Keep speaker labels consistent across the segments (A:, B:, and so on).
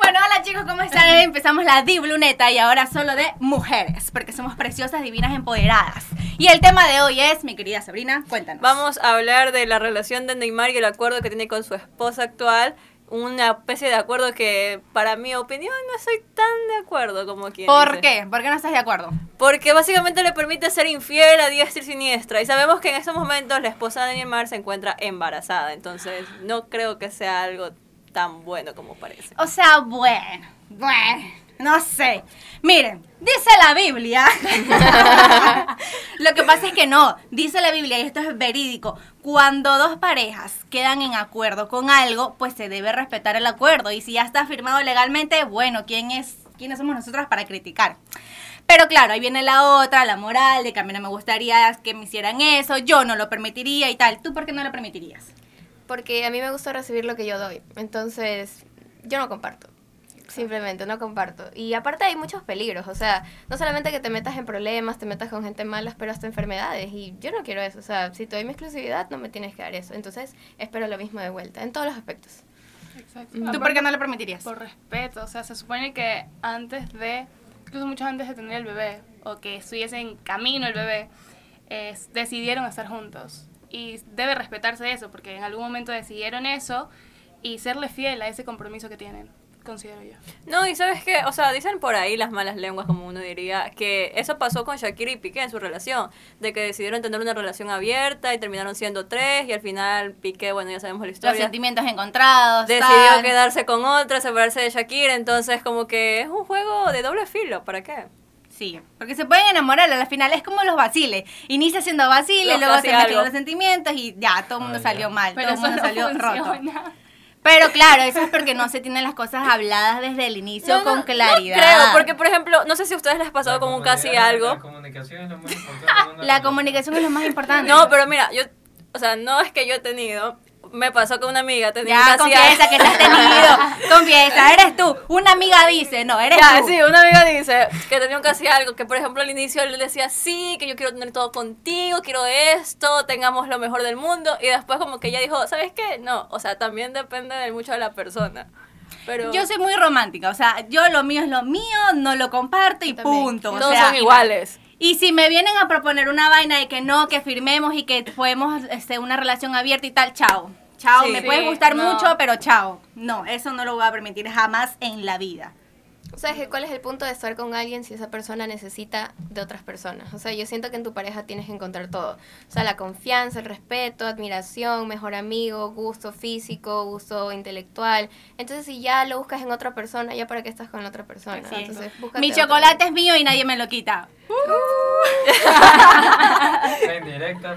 A: Bueno, hola chicos, ¿cómo están? Empezamos la Dibluneta y ahora solo de mujeres, porque somos preciosas, divinas, empoderadas. Y el tema de hoy es, mi querida Sabrina, cuéntanos.
B: Vamos a hablar de la relación de Neymar y el acuerdo que tiene con su esposa actual. Una especie de acuerdo que, para mi opinión, no soy tan de acuerdo como quien.
A: ¿Por
B: dice.
A: qué? ¿Por qué no estás de acuerdo?
B: Porque básicamente le permite ser infiel a diestra y siniestra. Y sabemos que en estos momentos la esposa de Neymar se encuentra embarazada. Entonces, no creo que sea algo tan bueno como parece.
A: O sea, bueno, bueno, no sé. Miren, dice la Biblia. Lo que pasa es que no, dice la Biblia, y esto es verídico, cuando dos parejas quedan en acuerdo con algo, pues se debe respetar el acuerdo. Y si ya está firmado legalmente, bueno, ¿quién es, ¿quiénes somos nosotras para criticar? Pero claro, ahí viene la otra, la moral, de que a mí no me gustaría que me hicieran eso, yo no lo permitiría y tal. ¿Tú por qué no lo permitirías?
C: Porque a mí me gusta recibir lo que yo doy. Entonces, yo no comparto. Simplemente no comparto. Y aparte hay muchos peligros. O sea, no solamente que te metas en problemas, te metas con gente mala, pero hasta enfermedades. Y yo no quiero eso. O sea, si te doy mi exclusividad, no me tienes que dar eso. Entonces, espero lo mismo de vuelta, en todos los aspectos.
D: Exacto.
A: ¿Tú por
D: Aparte,
A: qué no lo permitirías?
D: Por respeto, o sea, se supone que antes de, incluso mucho antes de tener el bebé, o que estuviese en camino el bebé, es- decidieron estar juntos. Y debe respetarse eso, porque en algún momento decidieron eso y serle fiel a ese compromiso que tienen, considero yo.
B: No, y sabes que, o sea, dicen por ahí las malas lenguas, como uno diría, que eso pasó con Shakira y Piqué en su relación, de que decidieron tener una relación abierta y terminaron siendo tres y al final Piqué, bueno, ya sabemos la
A: Los
B: historia.
A: sentimientos encontrados.
B: Decidió
A: tal.
B: quedarse con otra, separarse de Shakira, entonces como que es un juego de doble filo, ¿para qué?
A: Sí, porque se pueden enamorar a la final, es como los vaciles. Inicia siendo vaciles,
B: Los
A: luego se
B: casi
A: mezclan
B: algo.
A: los sentimientos y ya, todo el mundo
E: Ay,
A: salió mal,
D: Pero
A: todo el mundo
D: eso no
A: salió roto.
D: funciona.
A: Pero claro, eso es porque no se tienen las cosas habladas desde el inicio con claridad.
B: No creo, porque por ejemplo, no sé si a ustedes les ha pasado
E: La
B: como un casi
E: comunidad-
B: algo.
E: La comunicación es lo más importante. en una
A: la comunicación es lo más importante.
B: No, pero mira, yo, o sea, no es que yo he tenido, me pasó con una amiga, tenía
A: ya,
B: un casi algo.
A: confiesa que te has tenido. Confiesa, eres tú. Una amiga dice, no, eres
B: Ya,
A: tú.
B: sí, una amiga dice que tenía un casi algo, que por ejemplo al inicio él decía, sí, que yo quiero tener todo contigo, quiero esto, tengamos lo mejor del mundo, y después como que ella dijo, ¿sabes qué? No, o sea, también depende de mucho de la persona. Pero
A: Yo soy muy romántica, o sea, yo lo mío es lo mío, no lo comparto y
C: Yo también.
A: punto. o
B: todos
A: sea,
B: son iguales.
A: Y si me vienen a proponer una vaina de que no, que firmemos y que podemos este, una relación abierta y tal, chao. Chao,
B: Sí.
A: me
B: Sí,
A: puede gustar
D: no.
A: mucho, pero chao. No, eso no lo voy a permitir jamás en la vida.
C: O sea, es que ¿cuál es el punto de estar con alguien si esa persona necesita de otras personas? O sea, yo siento que en tu pareja tienes que encontrar todo. O sea, la confianza, el respeto, admiración, mejor amigo, gusto físico, gusto intelectual. Entonces, si ya lo buscas en otra persona, ¿ya para qué estás con la otra persona?
A: Exacto.
C: Ah, Entonces, búscate
A: Mi
C: otra.
A: chocolate es mío y nadie me lo quita.
E: comunicación. En directa.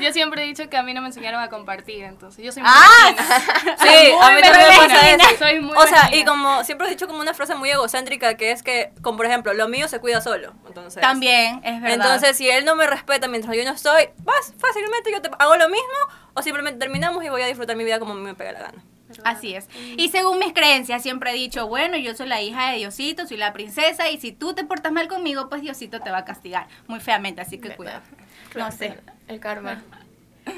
D: Yo siempre he dicho que a mí no me enseñaron a compartir, entonces yo soy muy
A: ¡Ah!
D: mezquina.
B: Sí,
A: Muy
B: a mí también me pasa
A: mezquina.
B: eso.
D: Soy muy
B: o sea,
D: mezquina.
B: y como siempre he dicho como una frase muy egocéntrica que es que, como por ejemplo, lo mío se cuida solo. Entonces,
A: También, es verdad.
B: Entonces, si él no me respeta mientras yo no estoy, vas fácilmente, yo te hago lo mismo o simplemente terminamos y voy a disfrutar mi vida como a mí me pega la gana.
A: Así es. Y según mis creencias, siempre he dicho, bueno, yo soy la hija de Diosito, soy la princesa, y si tú te portas mal conmigo, pues Diosito te va a castigar muy feamente, así que cuidado. No sé.
C: El karma.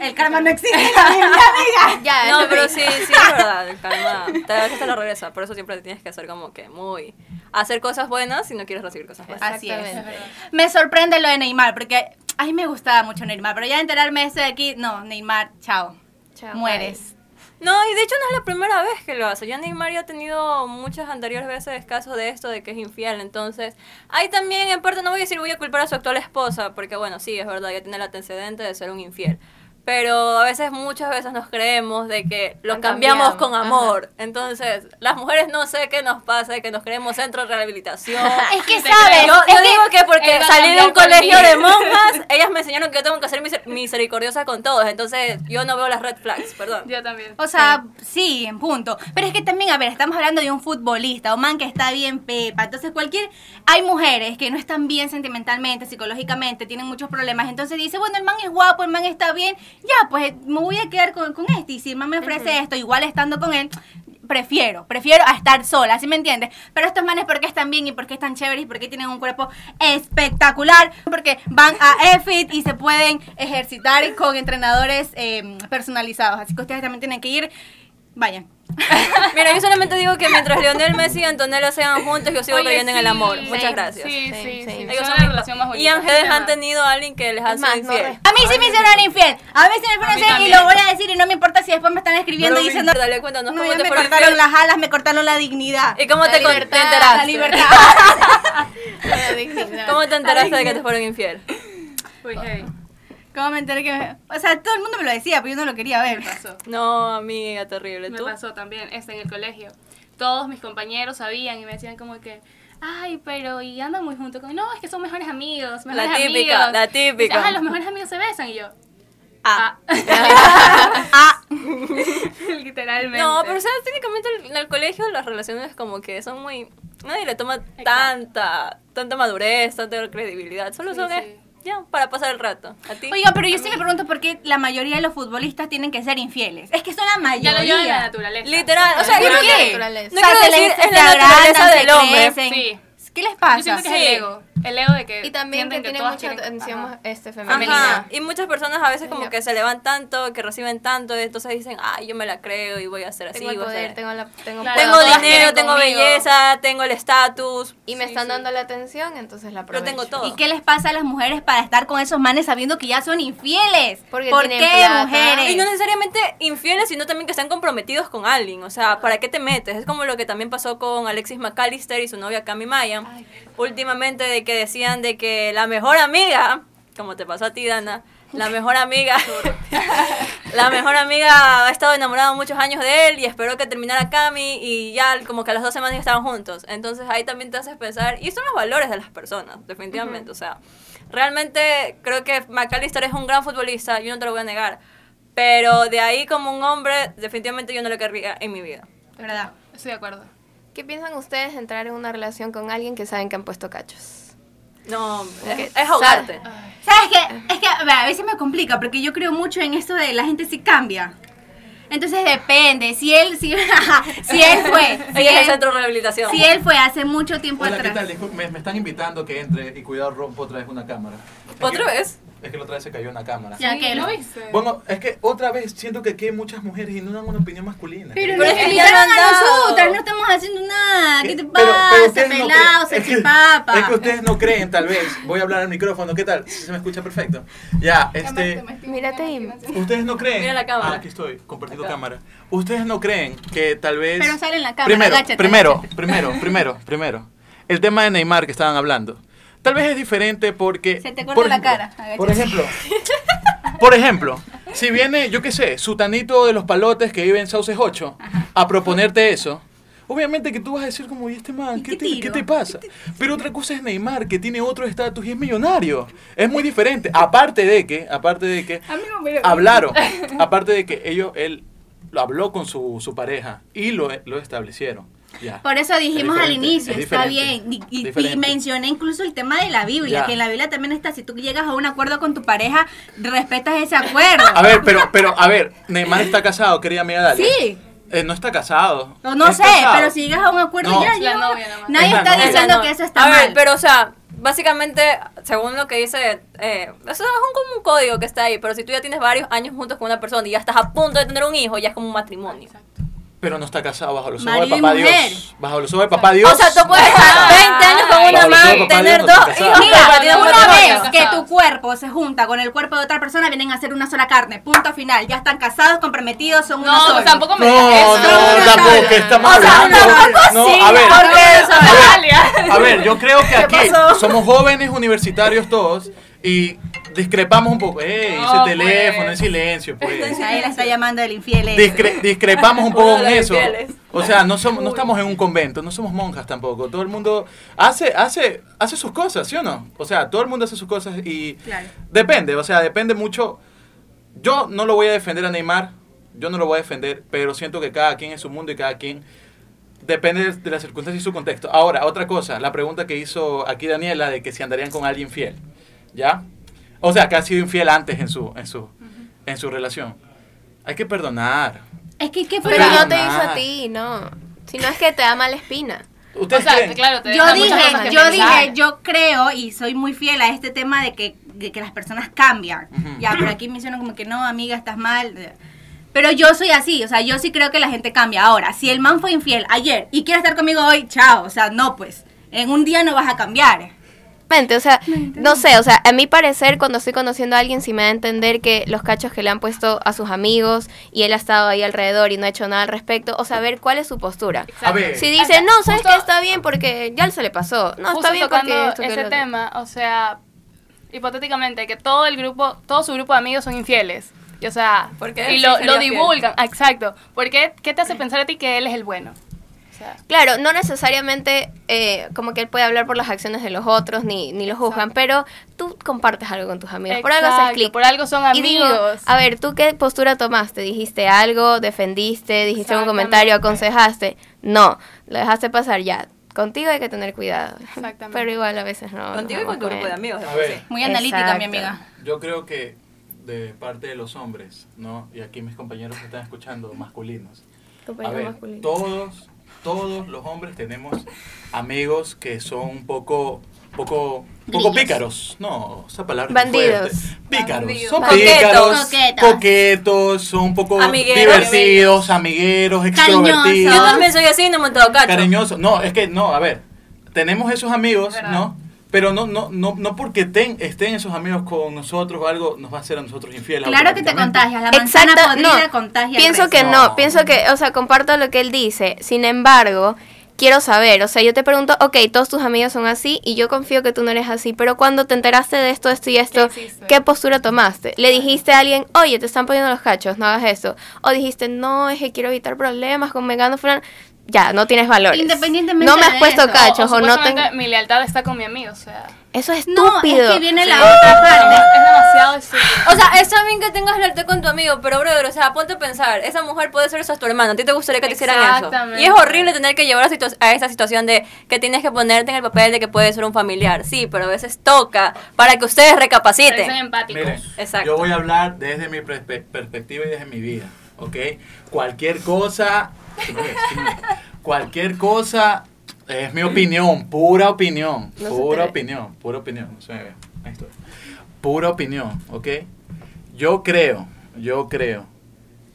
A: El karma no existe en la Biblia, amiga.
C: Ya,
B: No,
C: eso
B: pero
C: es-
B: sí, sí, es verdad, calma. Te, a veces te lo regresa, por eso siempre tienes que hacer como que muy... Hacer cosas buenas si no quieres recibir cosas malas.
A: Así es.
C: Exactamente.
A: Me sorprende lo de Neymar, porque a mí me gustaba mucho Neymar, pero ya enterarme de esto de aquí, no, Neymar, chao.
C: Chao,
A: Mueres.
B: No, y de hecho no es la primera vez que lo hace. Ya Neymar ya ha tenido muchas anteriores veces casos de esto, de que es infiel. Entonces, ahí también, en parte, no voy a decir voy a culpar a su actual esposa, porque bueno, sí, es verdad, ya tiene el antecedente de ser un infiel. Pero a veces, muchas veces nos creemos de que lo
C: Han
B: cambiamos
C: cambiado,
B: con
C: ajá.
B: amor. Entonces, las mujeres no sé qué nos pasa, de que nos creemos centro de rehabilitación.
A: Es que
D: Te
A: sabes, es
B: Yo, yo
A: que-
B: digo que porque
D: él va a
B: salí de un
D: cambiar por
B: colegio
D: mí.
B: de monjas, ellas me enseñaron que yo tengo que ser miser- misericordiosa con todos. Entonces, yo no veo las red flags, perdón.
D: Yo también.
A: O sea, sí, en punto. Pero es que también, a ver, estamos hablando de un futbolista, un man que está bien pepa. Entonces, cualquier. Hay mujeres que no están bien sentimentalmente, psicológicamente, tienen muchos problemas. Entonces dice, bueno, el man es guapo, el man está bien. Ya, pues me voy a quedar con, con este. Y si el man me ofrece esto, igual estando con él, prefiero, prefiero a estar sola, ¿sí me entiendes? Pero estos manes, ¿por qué están bien y por qué están chéveres y por qué tienen un cuerpo espectacular? Porque van a EFIT y se pueden ejercitar con entrenadores eh, personalizados. Así que ustedes también tienen que ir, vayan.
B: Mira, yo solamente digo que mientras Leonel Messi y Antonella sean juntos, yo sigo
D: Oye,
B: creyendo en el
D: sí.
B: amor.
C: Sí,
B: Muchas gracias.
D: Sí,
C: Same,
D: sí,
C: same.
D: sí.
C: Ellos
D: Son
B: son
D: la
B: mis-
D: relación más bonita.
B: Y ustedes
D: Ajá.
B: han tenido a alguien que les ha
C: Es más,
B: sido
C: no
B: infiel.
C: respeto.
A: A mí sí me hicieron infiel, a mí sí me
D: A
A: fueron
D: mí
A: infiel y
D: también.
A: lo voy a decir y no me importa si después me están escribiendo
B: Pero
A: diciendo...
B: Dale, cuéntanos
A: No,
B: cómo
A: ya
B: te
A: me
B: fueron
A: cortaron
B: infiel.
A: las alas, me cortaron la dignidad.
B: ¿Y cómo
C: La
B: te, con- te
C: libertad,
B: enteraste?
A: La libertad.
C: La dignidad.
B: ¿Cómo te enteraste de que te fueron infiel?
D: Uy, hey,
A: ¿Cómo me enteré que me- O sea, todo el mundo me lo decía, pero yo no lo quería ver.
D: me pasó.
B: No, amiga, terrible.
D: Me
B: ¿Tú?
D: pasó también, este, en el colegio. Todos mis compañeros sabían y me decían como que, ay, pero y andan muy juntos. Como, no, es que son mejores amigos, mejores
B: típica,
D: amigos".
B: la típica.
D: Ajá, los mejores amigos se besan y yo.
B: Ah.
A: Ah,
D: Literalmente.
B: No, pero sabes, técnicamente el- en el colegio las relaciones como que son muy... Nadie le toma tanta tanta madurez, tanta credibilidad. Solo
D: Sí,
B: son
D: sí.
B: eh, ya para pasar el rato. ¿A ti?
A: oiga, pero yo sí me pregunto por qué la mayoría de los futbolistas tienen que ser infieles. Es que son la
D: Ya lo llevan en la
A: mayoría.
D: naturaleza.
B: Literal, o sea,
A: ¿Por
B: yo
C: Natural,
A: qué?
C: naturaleza.
B: No quiero
A: se les-
B: decir,
A: se
B: es la
A: agrandan,
B: naturaleza
A: se
B: del hombre.
A: crecen.
D: Sí.
A: ¿Qué les
D: Yo
A: pasa?
D: siento que es
B: Sí.
D: el ego. El ego de que.
C: Y también que
D: sienten
C: tiene
D: todas
C: mucha
D: quieren-
C: atención
D: Ajá.
C: este,
B: Ajá.
C: femenina.
B: Y muchas personas a veces como
C: Ajá.
B: que se elevan tanto, que reciben tanto, y entonces dicen, ay, yo me la creo y voy a hacer así.
C: Tengo el
B: voy a
C: poder,
B: hacer-
C: tengo la tengo,
D: Claro.
B: Tengo
D: Todas
C: todas
B: dinero,
C: quieren
B: tengo
C: conmigo.
B: belleza, tengo el estatus.
C: Y me
D: Sí,
C: están
D: sí.
C: dando la atención, entonces la
B: Lo
C: aprovecho.
B: tengo todo.
A: ¿Y qué les pasa a las mujeres para estar con esos manes sabiendo que ya son infieles?
C: Porque
A: ¿Por
C: tienen
A: qué
C: plata.
A: mujeres?
B: Y no necesariamente infieles, sino también que están comprometidos con alguien. O sea, ¿para qué te metes? Es como lo que también pasó con Alexis McAllister y su novia Cami Maya. Últimamente de que decían de que la mejor amiga, como te pasó a ti, Dana, la mejor amiga, la mejor amiga ha estado enamorada muchos años de él y esperó que terminara Cami y ya como que a las dos semanas ya estaban juntos. Entonces ahí también te haces pensar, y son los valores de las personas, definitivamente. O sea, realmente creo que McAllister es un gran futbolista, yo no te lo voy a negar. Pero de ahí como un hombre, definitivamente yo no lo querría en mi vida.
A: ¿Verdad?
D: Estoy de acuerdo.
C: ¿Qué piensan ustedes de entrar en una relación con alguien que saben que han puesto cachos?
B: No, es,
C: Sa-
B: es ahogarte.
A: ¿Sabes qué? Es que a ver, a veces me complica porque yo creo mucho en esto de la gente sí cambia. Entonces depende, si él, si, si él fue, si
B: Ella es el
A: él,
B: centro de rehabilitación.
A: si él fue hace mucho tiempo
F: Hola, ¿qué
A: atrás.
F: tal? Disculpe, Me, me están invitando que entre y cuidado rompo otra vez una cámara. Es
B: ¿Otra
F: que-
B: vez?
F: Es que la otra vez se cayó una cámara.
A: Ya que
D: ¿No
A: lo-
D: viste?
F: Bueno, es que otra vez siento que aquí hay muchas mujeres y no dan una opinión masculina.
B: Pero
A: nos
B: es que ya
A: invitaron
B: lo han
A: a
B: dado.
A: nosotras, no estamos haciendo nada. ¿Qué te
F: Eh, Pero- pero
A: pasa?
F: ustedes no creen-
A: Pelado,
F: es que-
A: salchipapa.
F: Es que ustedes no creen, tal vez. Voy a hablar al micrófono, ¿qué tal? ¿Se me escucha perfecto? Ya, este...
C: Mírate ahí.
F: Ustedes no creen.
B: Mira la cámara.
F: Ah, aquí estoy, compartiendo cámara. Ustedes no creen que tal vez.
A: Pero sale en la cámara,
F: Primero,
A: agáchate,
F: primero, primero, primero, primero. El tema de Neymar que estaban hablando. Tal vez es diferente porque.
A: Se te corta
F: por
A: la
F: ejemplo-
A: cara, agáchate.
F: Por ejemplo. Por ejemplo, si viene, yo qué sé, Sutanito de los Palotes que vive en Sauces 8 a proponerte eso, obviamente que tú vas a decir como, ¿y este man?
A: ¿Y
F: ¿Qué,
A: qué
F: te, qué
A: tiro?
F: te pasa? Pero otra cosa es Neymar, que tiene otro estatus y es millonario. Es muy diferente. Aparte de que, aparte de que, hablaron. Aparte de que ellos, él lo habló con su, su pareja y lo, lo establecieron. Ya.
A: Por eso dijimos
F: Es
A: al
F: diferente,
A: inicio,
F: es
A: está
F: diferente,
A: bien. Y-
F: es
A: Y, y
F: diferente.
A: mencioné incluso el tema de la Biblia,
F: Ya.
A: que en la Biblia también está, si tú llegas a un acuerdo con tu pareja, respetas ese acuerdo.
F: A ver, pero, pero, a ver, Neymar está casado, querida amiga Dalia.
A: Sí.
F: Eh, no está casado.
A: No, no
F: Es
A: sé,
F: casado.
A: pero si llegas a un acuerdo
F: No.
A: ya,
F: Es
D: la
A: ya,
D: novia nada más.
A: nadie
F: Es la
A: está
F: novia.
A: diciendo
B: no.
A: que eso está
B: a
A: mal.
B: ver, pero o sea, básicamente, según lo que dice, eh, eso es un, como un código que está ahí, pero si tú ya tienes varios años juntos con una persona y ya estás a punto de tener un hijo, ya es como un matrimonio.
F: Pero no está casado bajo los ojos
A: Marido
F: de
A: y
F: papá
A: mujer.
F: Dios. Bajo los ojos de papá Dios.
B: o sea, tú puedes estar 20 años con
D: Ay.
B: una
F: Bajo los ojos de
B: man,
F: papá
B: tener
F: Dios no
B: dos
F: te
B: hijos,
F: casas.
B: pero para ti no
A: Mira,
B: es un
A: una
B: matrimonio.
A: vez que tu cuerpo se junta con el cuerpo de otra persona, vienen a ser una sola carne. Punto final. Ya están casados, comprometidos, son uno
B: pues
D: No,
A: solo.
D: tampoco me digas
F: No,
D: eso.
F: no, tampoco, que estamos
B: O sea,
F: hablando.
B: tampoco
F: No,
B: sí,
F: a ver,
B: porque eso
F: a ver,
D: Natalia.
F: a ver, yo creo que aquí
B: pasó?
F: somos jóvenes universitarios todos y discrepamos un poco. ¡Ey,
D: No,
F: ese teléfono
D: pues.
F: en silencio, pues!
A: Ahí la está llamando el infiel. ese.
F: Discre- discrepamos un poco
B: Uno de
F: con
B: los
F: eso.
B: infieles.
F: O sea, no somos, no estamos en un convento, no somos monjas tampoco. Todo el mundo hace, hace, hace sus cosas, ¿sí o no? O sea, todo el mundo hace sus cosas y
A: Claro.
F: depende, o sea, depende mucho. Yo no lo voy a defender a Neymar, yo no lo voy a defender, pero siento que cada quien es su mundo y cada quien depende de- de las circunstancias y su contexto. Ahora, otra cosa, la pregunta que hizo aquí Daniela de que si andarían con alguien fiel, ¿ya? O sea, que ha sido infiel antes en su, en su, en su relación. Hay que perdonar.
A: Es que, ¿qué fue
C: Pero
A: lo que-
C: no te hizo
F: nada.
C: a ti, no. Si no es que te da mala espina.
F: ¿Ustedes
D: o sea,
F: creen?
D: claro, te
A: Yo
D: deja muchas cosas
A: dije,
D: que
A: yo
D: pensar.
A: dije, yo creo y soy muy fiel a este tema de que, de que las personas cambian.
F: Ujú.
A: Ya, pero aquí me hicieron como que no, amiga, estás mal. Pero yo soy así, o sea, yo sí creo que la gente cambia. Ahora, si el man fue infiel ayer y quiere estar conmigo hoy, chao. O sea, no, pues, en un día no vas a cambiar.
C: Mente, o sea, no sé, o sea, a mi parecer cuando estoy conociendo a alguien sí me da a entender que los cachos que le han puesto a sus amigos y él ha estado ahí alrededor y no ha hecho nada al respecto, o saber cuál es su postura.
F: A ver.
C: Si dice,
D: Anda,
C: no, sabes
D: justo-
C: que está bien porque ya se le pasó. No,
D: Justo
C: está bien porque
D: tocando
C: esto que
D: ese
C: lo-
D: tema, o sea, hipotéticamente que todo el grupo, todo su grupo de amigos son infieles. Y, o sea,
B: ¿Por qué?
D: y
B: Sí,
D: lo,
B: sería
D: lo
B: fiel.
D: divulgan, Ah, exacto. ¿Por qué? ¿Qué te hace pensar a ti que él es el bueno? O sea,
C: Claro, no necesariamente eh, como que él puede hablar por las acciones de los otros ni, ni los juzgan, pero tú compartes algo con tus amigos. por algo haces
D: exacto,
C: clic.
D: Por algo son
C: Y
D: amigos.
C: digo, a ver, ¿tú qué postura tomaste? ¿Dijiste algo? ¿Defendiste? ¿Dijiste un comentario? ¿Aconsejaste? No, lo dejaste pasar ya. Contigo hay que tener cuidado.
D: Exactamente.
C: Pero igual a veces no.
B: Contigo
C: no
B: y con tu
C: ocurre.
B: grupo de amigos.
F: A ver.
B: sí.
A: Muy analítica, mi
C: Exacto.
A: amiga.
F: Yo creo que de parte de los hombres, ¿no? Y aquí mis compañeros que están escuchando, masculinos. A
C: Compañero
F: ver,
C: masculino.
F: todos, todos los hombres tenemos amigos que son un poco, poco, poco
A: Grillos.
F: pícaros. No, esa palabra es
C: Bandidos.
F: fuerte. Pícaros.
B: Bandidos.
F: Son
B: Coquetos.
F: pícaros,
A: Coquetas.
F: coquetos, son un poco
B: Amigueros.
F: divertidos, amigueros,
A: Cariñosos.
F: extrovertidos.
B: Yo también soy así y no me han dado cacho.
F: Cariñosos. No, es que no, a ver, tenemos esos amigos, ¿no? Pero no, no, no, no porque ten- estén esos amigos con nosotros o algo nos va a hacer a nosotros infieles.
A: Claro que te
F: automáticamente.
A: contagias, la manzana podrida contagia. al
C: Pienso
A: resto.
C: que no.
F: No.
C: pienso que, o sea, comparto lo que él dice. Sin embargo, quiero saber, o sea, yo te pregunto, ok, todos tus amigos son así y yo confío que tú no eres así, pero cuando te enteraste de esto, esto y esto,
D: ¿Qué
C: ¿qué,
D: hiciste?
C: postura tomaste? ¿Le dijiste a alguien, oye, te están poniendo los cachos, no hagas eso? O dijiste, no, es que quiero evitar problemas con Megano Fran. Ya, no tienes valores.
A: Independientemente
C: No me has
A: de
C: puesto
A: eso.
C: cachos o, no tengo.
D: supuestamente mi lealtad está con mi amigo, o sea,
C: Eso es
A: No, es que
C: estúpido.
A: viene la otra
D: es,
A: parte.
D: es demasiado estúpido.
B: O sea, está bien que tengas arte con tu amigo, pero brother, o sea, ponte a pensar, esa mujer puede ser esa tu hermana, a ti te gustaría que te hicieran eso.
D: Exactamente.
B: Y es horrible tener que llevar a, situa- a esa situación de que tienes que ponerte en el papel de que puede ser un familiar. Sí, pero a veces toca para que ustedes
D: Parecen
B: recapaciten.
D: empáticos.
F: Miren,
B: Exacto.
F: yo voy a hablar desde mi perspe- perspectiva y desde mi vida, ¿ok? Cualquier cosa, cualquier cosa es mi opinión, pura opinión,
C: No se
F: pura
C: te ve.
F: opinión, pura opinión, no se me ve, ahí estoy. Pura opinión, ¿ok? Yo creo, yo creo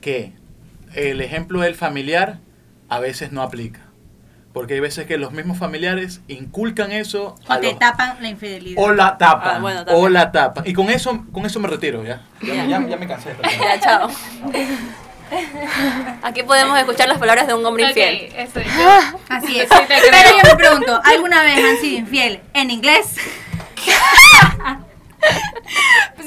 F: que el ejemplo del familiar a veces no aplica. Porque hay veces que los mismos familiares inculcan eso a
A: O te
F: los-
A: tapan la infidelidad.
F: o la tapa.
B: Ah, bueno, también.
F: o la tapa. Y con eso, con eso me retiro, ya. Ya, me- ya- ya me cansé.
B: Ya, chao. Aquí podemos escuchar las palabras de un hombre
D: Ok,
B: infiel.
D: eso yo-
A: Así es.
D: Sí, te creo.
A: Pero yo me pregunto, ¿alguna vez han sido infiel en inglés?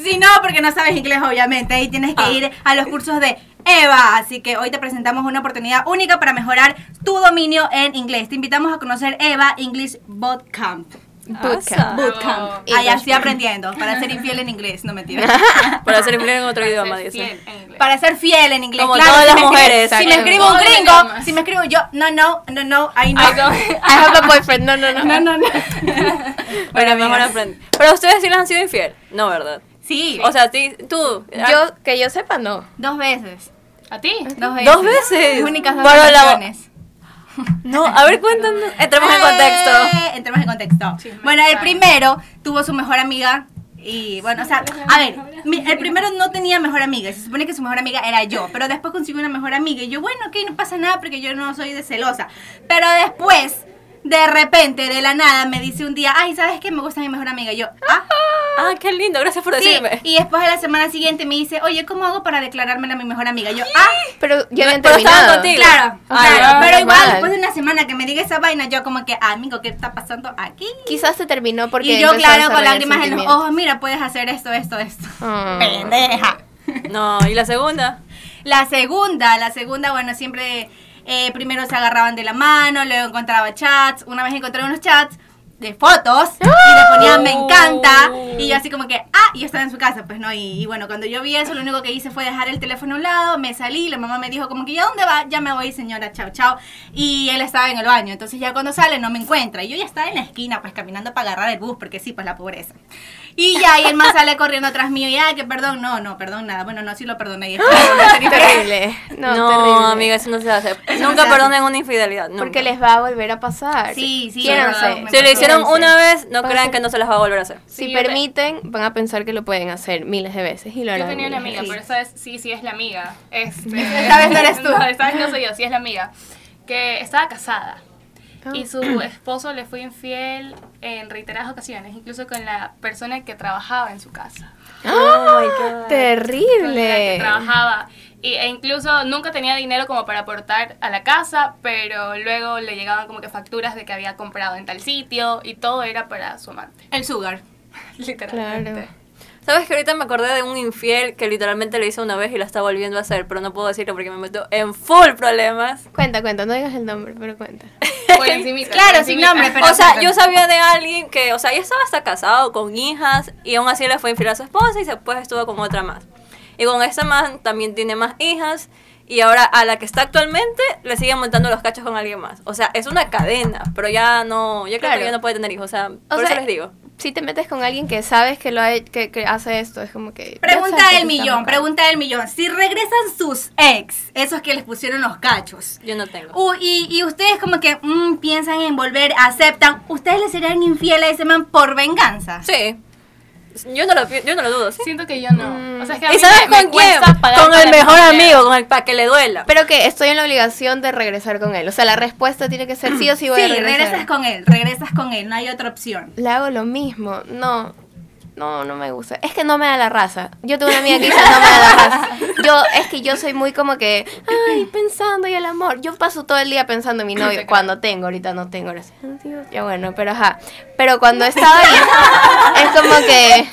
A: si no, porque no sabes inglés, obviamente. Ahí tienes que
B: Ah.
A: ir a los cursos de Eva. Así que hoy te presentamos una oportunidad única para mejorar tu dominio en inglés. Te invitamos a conocer Eva English Bootcamp.
C: Bootcamp.
B: Oh.
A: Bootcamp.
C: Bravo.
A: Ahí estoy aprendiendo. Para ser infiel en inglés, no mentira.
B: Para ser infiel en otro idioma,
D: ser
B: dice.
D: fiel en inglés.
A: Para ser fiel en inglés.
B: Como
A: claro,
B: todas
A: si
B: las
A: me escribe-
B: mujeres,
A: Si me
B: exacto.
A: escribe un
D: Todos los
A: gringo,
D: idiomas.
A: si me escribo yo, no, no, no, no, I know.
D: I don't-
C: I have a boyfriend. No, no, no.
A: No, no, no.
B: Bueno, mejor aprende. Pero ustedes sí les han sido infiel. No, ¿verdad?
A: Sí,
B: O sea, sí, tú. ah.
C: Yo, que yo sepa, no.
A: dos veces.
D: ¿A ti?
A: Dos veces.
B: ¿Dos veces?
A: Las únicas dos
B: Para la-
A: ocasiones.
B: No, a ver, cuéntanos. Entremos en contexto.
A: Eh, Entremos en contexto.
D: Chisme.
A: Bueno, el primero tuvo su mejor amiga. Y bueno, o sea, a ver, mi- el primero no tenía mejor amiga, se supone que su mejor amiga era yo, pero después consiguió una mejor amiga y yo, bueno, ok, no pasa nada porque yo no soy de celosa. Pero después, de repente, de la nada, me dice un día, ay, ¿sabes qué? Me gusta mi mejor amiga. Y yo, ah,
B: Ah, qué lindo, gracias por
A: Sí,
B: decirme.
A: y después de la semana siguiente me dice, oye, ¿cómo hago para declarármela mi mejor amiga? Yo, ah,
C: Pero yo no, he
B: pero estaban
C: terminado.
B: contigo.
A: claro,
B: Ay,
A: claro.
C: no,
A: Pero
C: no,
A: igual,
C: mal.
A: después de una semana que me diga esa vaina, yo como que, ah, amigo, ¿qué está pasando aquí?
C: Quizás te terminó porque
A: y yo,
C: empezó a
A: claro, con
C: desarrollar
A: lágrimas en los
C: sentimientos.
A: ojos, mira, puedes hacer esto, esto, esto.
C: Ah.
A: Pendeja.
B: No, y la segunda.
A: La segunda, la segunda, bueno, siempre eh, primero se agarraban de la mano, luego encontraba chats. Una vez encontré unos chats de fotos y le ponían me
B: Oh.
A: encanta y yo así como que ah y estaba en su casa pues no y, y bueno cuando yo vi eso lo único que hice fue dejar el teléfono a un lado me salí la mamá me dijo como que ya dónde va ya me voy señora chao chao y él estaba en el baño entonces ya cuando sale no me encuentra y yo ya estaba en la esquina pues caminando para agarrar el bus porque sí pues la pobreza y ya y el man sale corriendo atrás mío y ah que perdón no no perdón nada bueno no sí lo perdoné y es "Ah,
C: Terrible. No,
B: No,
C: terrible.
B: amiga, eso no se hace.
C: no
B: nunca
C: se hace.
B: perdonen una infidelidad. nunca.
C: Porque les va a volver a pasar.
A: Sí, sí,
C: Quiéranse.
A: me
B: Si lo
A: pasó
B: hicieron
A: ese.
B: una vez, no
C: Pasa.
B: crean que no se las va a volver a hacer.
C: Si
D: Sí, yo te-
C: permiten, van a pensar que lo pueden hacer miles de veces y lo
D: Yo
C: harán.
D: tenía una
C: miles
D: amiga,
C: de
D: pero
C: veces.
D: esta vez sí, sí es la amiga. Este,
A: Esta vez no eres tú.
D: No, esta vez no soy yo, sí es la amiga. Que estaba casada
A: Oh.
D: y su esposo le fue infiel en reiteradas ocasiones, incluso con la persona que trabajaba en su casa.
C: ¡Ah!
D: Con la que
C: terrible.
D: trabajaba. Y, e incluso nunca tenía dinero como para aportar a la casa, pero luego le llegaban como que facturas de que había comprado en tal sitio y todo era para su amante,
A: el sugar
D: literalmente.
C: Claro.
B: ¿Sabes que ahorita me acordé de un infiel que literalmente le hizo una vez y la está volviendo a hacer? Pero no puedo decirlo porque me meto en full problemas.
C: Cuenta, cuenta, no digas el nombre, pero cuenta.
D: Por encimita,
A: Claro,
D: por
A: sin
D: encimita.
A: nombre, pero-
B: o sea,
A: cuéntame.
B: yo sabía de alguien que, o sea, ya estaba hasta casado con hijas y aún así le fue infiel a su esposa y después estuvo con otra más. Y con esta más también tiene más hijas y ahora a la que está actualmente le siguen montando los cachos con alguien más. O sea, es una cadena, pero ya no, yo creo
C: Claro.
B: que ya no puede tener hijos. O sea, por
C: sea,
B: eso les digo.
C: Si te metes con alguien que sabes que lo ha- que, que hace esto, es como que. ya
A: Pregunta
C: sabes que
A: del
C: te está
A: millón,
C: marcando.
A: pregunta del millón. Si regresan sus ex, esos que les pusieron los cachos,
B: Yo no tengo.
A: u- y, y ustedes como que mm, piensan en volver, aceptan, ¿ustedes le serían infieles a ese man por venganza?
B: Sí. Yo no lo, pi- yo no lo dudo, sí.
D: Siento que yo no. O sea, es que a
B: ¿Y
D: mí
B: sabes
D: me- me
B: con quién?
D: cuesta pagar
B: Con
D: para
B: el
D: que
B: mejor
D: me-
B: amigo, con el para que le duela.
C: Pero que estoy en la obligación de regresar con él. O sea, la respuesta tiene que ser sí o sí voy a
A: Sí,
C: regresar.
A: regresas con él, regresas con él, no hay otra opción.
C: Le hago lo mismo. No, no, no me gusta. Es que no me da la raza. Yo tengo una amiga que dice no me da la raza. Yo, es que yo soy muy como que, ay, pensando y el amor. Yo paso todo el día pensando en mi novio. Cuando tengo, ahorita no tengo. ahora sí, ay, Dios, Ya bueno, pero ajá. Pero cuando estaba ahí, es como que...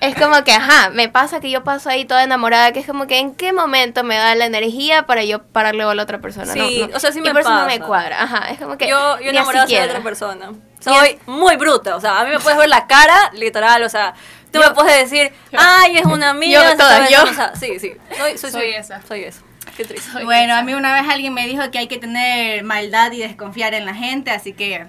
C: Es como que, ajá, me pasa que yo paso ahí toda enamorada, que es como que en qué momento me da la energía para yo pararle a la otra persona. No,
B: Sí,
C: no.
B: o sea, sí
C: Y
B: me
C: por eso no me
B: pasa.
C: cuadra, ajá, es como que
B: yo, yo
C: ni
B: enamorada soy de
C: siquiera.
B: otra persona. Soy muy bruta, o sea, a mí me puedes ver la cara, literal, o sea, tú me puedes decir, ay, es una amiga.
C: Yo,
B: se está
C: todas,
B: besando",
C: yo.
B: o sea, sí, sí, soy, soy,
D: Soy esa.
B: Soy eso. Qué triste.
A: Bueno, a mí una vez alguien me dijo que hay que tener maldad y desconfiar en la gente, así que...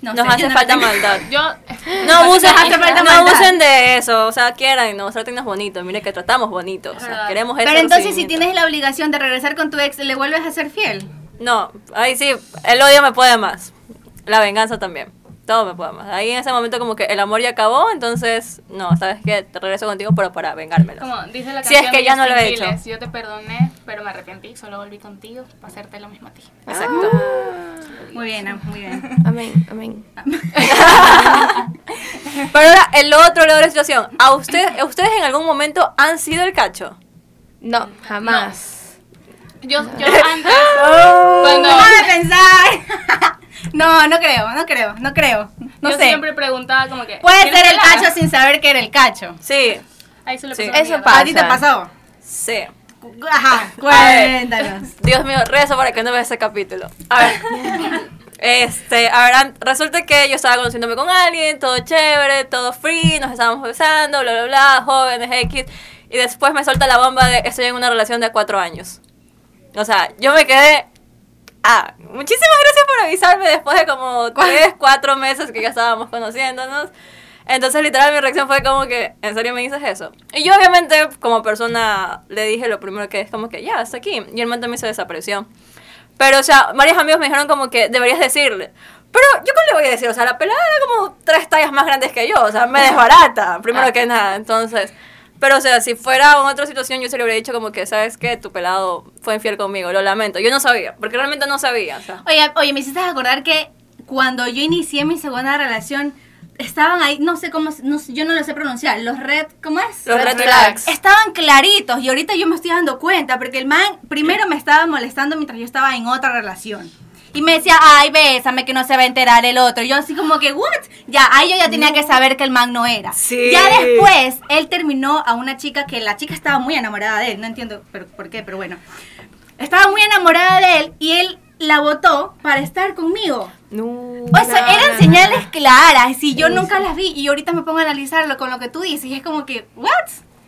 A: No
B: Nos
A: sé,
B: hace
A: yo no
B: falta
A: tengo-
B: maldad.
D: Yo,
B: No usen,
A: hace falta
B: no
A: maldad.
B: abusen de eso, o sea, quieran, nos traten bonito, mire que tratamos bonito, o sea,
D: verdad.
B: queremos eso.
A: Pero entonces si tienes la obligación de regresar con tu ex, ¿le vuelves a ser fiel?
B: No, ahí sí, el odio me puede más. La venganza también. Todo me puede más. Ahí en ese momento como que el amor ya acabó, entonces, no, sabes que te regreso contigo pero para vengármelo.
D: como dice la
B: Si es
D: canción
B: que
D: de
B: ya no lo
D: Justin
B: he hecho.
D: Quiles, Yo te perdoné, pero me arrepentí, solo volví contigo para hacerte lo mismo a ti.
B: Exacto.
A: Muy bien, ah, muy bien.
C: Amén, amén.
B: Pero ahora el otro lado de la situación, a ustedes, ustedes en algún momento han sido el cacho.
C: No, jamás.
D: Yo, yo antes,
B: Oh.
D: cuando
A: Déjame pensar. No, no creo, no creo, no creo. No
D: yo
A: sé.
D: siempre preguntaba como que...
B: Pues,
A: Puede
D: ¿quieres
A: ser el
D: hablar?
A: cacho sin saber que era el cacho.
B: Sí,
D: Ahí se lo
B: Sí.
D: pasó
C: Eso
D: mierda.
C: pasa.
A: ¿A ti te pasó?
B: sí.
A: Cu- Ajá, cuéntanos.
B: Dios mío, rezo para que no vea ese capítulo. A ver. Este, a ver, an- resulta que yo estaba conociéndome con alguien, todo chévere, todo free, nos estábamos besando, bla, bla, bla, jóvenes, X. Y después me solta la bomba de estoy en una relación de cuatro años. O sea, yo me quedé. Ah, muchísimas gracias por avisarme después de como tres, cuatro meses que ya estábamos conociéndonos. Entonces, literal, mi reacción fue como que, ¿en serio me dices eso? Y yo, obviamente, como persona, le dije lo primero que es como que, ya, hasta aquí. Y el man también se desapareció. Pero, o sea, varios amigos me dijeron como que deberías decirle. Pero, ¿yo cómo le voy a decir? O sea, la pelada era como tres tallas más grandes que yo. O sea, me desbarata,
D: Ah.
B: primero que nada. Entonces, pero, o sea, si fuera en otra situación, yo se le hubiera dicho como que, ¿sabes qué? Tu pelado fue infiel conmigo, lo lamento. Yo no sabía, porque realmente no sabía. O sea,
A: Oye, oye, me hiciste acordar que cuando yo inicié mi segunda relación, estaban ahí, no sé cómo, es- no sé, yo no lo sé pronunciar, los red, ¿cómo es?
B: los
C: Red
B: red
C: flags.
B: flags.
A: Estaban claritos y ahorita yo me estoy dando cuenta porque el man primero me estaba molestando mientras yo estaba en otra relación. Y me decía, ay, bésame que no se va a enterar el otro. Y yo así como que, what? Ya, ahí yo ya tenía que saber que el man no era.
B: Sí.
A: Ya después, él terminó a una chica que la chica estaba muy enamorada de él. No entiendo pero, por qué, pero bueno. Estaba muy enamorada de él y él la votó para estar conmigo.
C: No.
A: O sea, eran señales claras y yo nunca las vi y ahorita me pongo a analizarlo con lo que tú dices y es como que, ¿what?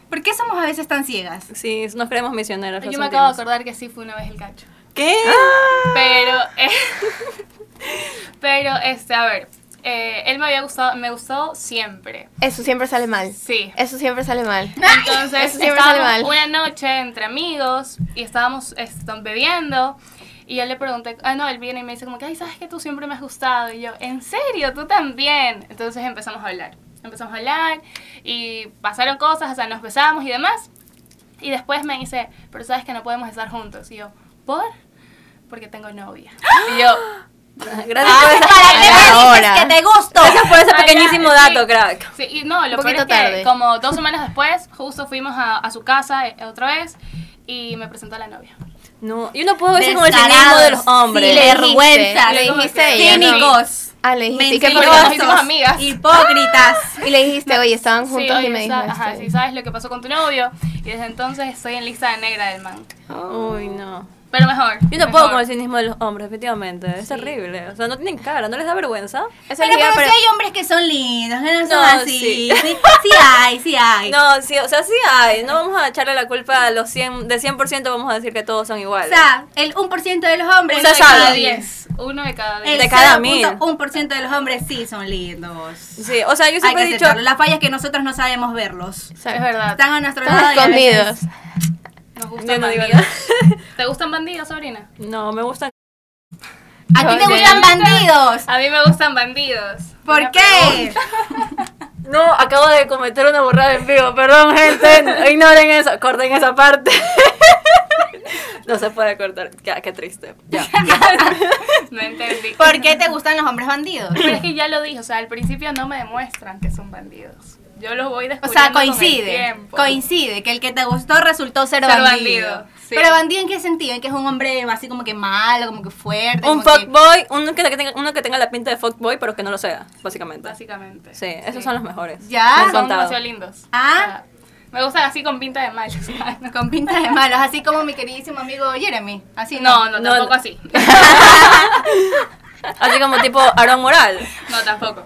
A: ¿Por qué somos a veces tan ciegas?
B: Sí, nos creemos misioneros.
D: Yo me acabo de acordar que sí fue una vez el cacho.
B: ¿Qué?
D: Pero, eh, pero este, a ver, eh, él me había gustado, me gustó siempre.
C: Eso siempre sale mal.
D: Sí.
C: Eso siempre sale mal.
D: Entonces
C: Eso siempre sale
D: estábamos
C: mal.
D: una noche entre amigos y estábamos esto, bebiendo y yo le pregunté, ah no, él viene y me dice como que, ay, sabes que tú siempre me has gustado y yo, en serio, tú también. Entonces empezamos a hablar, empezamos a hablar y pasaron cosas, o sea, nos besamos y demás y después me dice, pero sabes que no podemos estar juntos y yo, ¿por? Porque tengo novia. Y yo,
B: Gracias
C: Ah,
B: por esa-
A: ¿Para qué me dices
C: Ahora.
A: que te gusto?
B: Gracias por ese
D: Ah, ya,
B: pequeñísimo
D: sí.
B: dato, crack.
D: Sí, y no, lo
C: Un
D: peor
C: poquito
D: es que
C: tarde.
D: como dos semanas después, justo fuimos a, a su casa eh, otra vez y me presentó a la novia.
B: No, yo no puedo decir como el cinismo de los hombres.
A: Sí,
C: le
A: vergüenza.
C: dijiste, le dijiste a ella, ¿no?
A: Cínicos.
C: Ah, le dijiste. ¿Y qué
D: Mentirosos.
C: pasó?
D: Nos hicimos amigas.
A: Hipócritas.
C: Y le dijiste, oye, estaban juntos
D: sí, oye,
C: y me dijo.
D: sa- ajá,
C: esto.
D: sí, sabes lo que pasó con tu novio. Y desde entonces estoy en lista de negra del man.
C: Oh.
B: Uy, no.
D: Pero mejor.
B: Yo no puedo
D: mejor.
B: con el cinismo de los hombres, efectivamente. Es terrible. O sea, no tienen cara, no les da vergüenza.
C: Eso
A: Pero,
C: le iba
A: pero
C: a pre-
A: sí hay hombres que son lindos, que no son
B: No,
A: así.
B: sí.
A: Sí. sí hay, sí hay.
B: No, sí, o sea, sí hay. No vamos a echarle la culpa a los 100, de 100% vamos a decir que todos son
A: O
B: iguales.
A: sea, el 1% de los hombres.
D: Uno de
B: Usted sabe.
D: cada diez. Uno de cada
A: El
D: diez.
B: De cada
A: 0.1% de los hombres sí son lindos.
B: sí, o sea, yo
A: Hay
B: siempre
A: que
B: he dicho,
A: aceptarlo. La falla es que nosotros no sabemos verlos.
D: Es verdad.
A: Están a nuestro lado.
C: Estaban
A: y a veces-
C: escondidos.
D: Nos
B: Yo
D: gustan
B: no digo
D: bandidos. ¿Te gustan bandidos, sobrina?
B: no, me gustan
A: A ti te
D: Sí.
A: gustan bandidos.
D: A mí me gustan bandidos.
A: ¿Por
D: Una
A: qué?
D: pregunta.
B: No, acabo de cometer una borrada en vivo, perdón gente, ignoren eso, corten esa parte. No se puede cortar, ya, qué triste. Ya.
D: No entendí.
A: ¿Por qué te gustan los hombres bandidos?
D: Pero es que ya lo dije, o sea, al principio no me demuestran que son bandidos. Yo los voy
A: O
D: descubriendo
A: sea,
D: con el
A: coincide.
D: tiempo.
A: Coincide que el que te gustó resultó ser,
D: Ser
A: bandido.
D: bandido, sí.
A: Pero bandido en qué sentido? En que es un hombre así como que malo, como que fuerte. como
B: Un
A: que-
B: fuckboy, uno que, tenga, uno que tenga la pinta de fuckboy, pero que no lo sea, básicamente.
D: Básicamente. Ah,
B: Sí, esos son los mejores.
A: Ya.
B: Me han
D: Son
B: contado.
D: demasiado lindos.
A: Ah.
D: O sea, me gustan así con pinta de malos.
A: Con pinta de malos, así como mi queridísimo amigo Jeremy. Así
D: No, no,
B: No,
D: tampoco
B: no.
D: así.
B: Así como tipo Aaron Moral.
D: No, tampoco.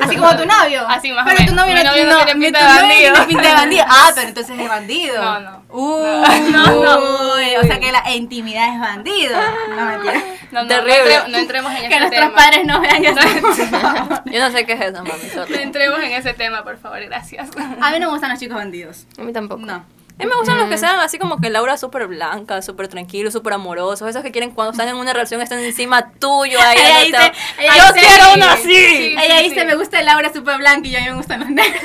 A: Así como tu novio.
D: Así más o
A: pero
D: menos. Mi
A: tu novio
D: novio
A: no,
D: no
A: no,
D: tiene
A: mi-
D: pinta
A: tu
D: de
A: novio no
D: bandido.
A: tiene pinta de bandido. Ah, pero entonces es bandido.
D: No, no.
A: Uy,
D: No, no.
A: uy, O sea que la intimidad es bandido. No mentira.
D: No, no,
B: Terrible.
D: No, entre- no entremos en
A: Que
D: ese
A: nuestros
D: tema.
A: padres no vean eso.
B: Yo no sé qué es eso, mami.
D: No
B: sorry.
D: entremos en ese tema, por favor, gracias.
A: A mí no me gustan los chicos bandidos.
C: A mí tampoco.
A: No.
B: A mí me gustan los que sean así como que Laura súper blanca, súper tranquilo, súper amoroso. Esos que quieren cuando están en una relación están encima tuyo. Ahí,
A: Ella
B: ahí está.
A: dice- ella
B: yo
A: dice-
B: quiero uno así.
D: Sí, sí,
A: Ella
D: sí.
A: dice, me gusta Laura super blanca y yo a mí me gustan los negros.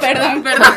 A: perdón, perdón.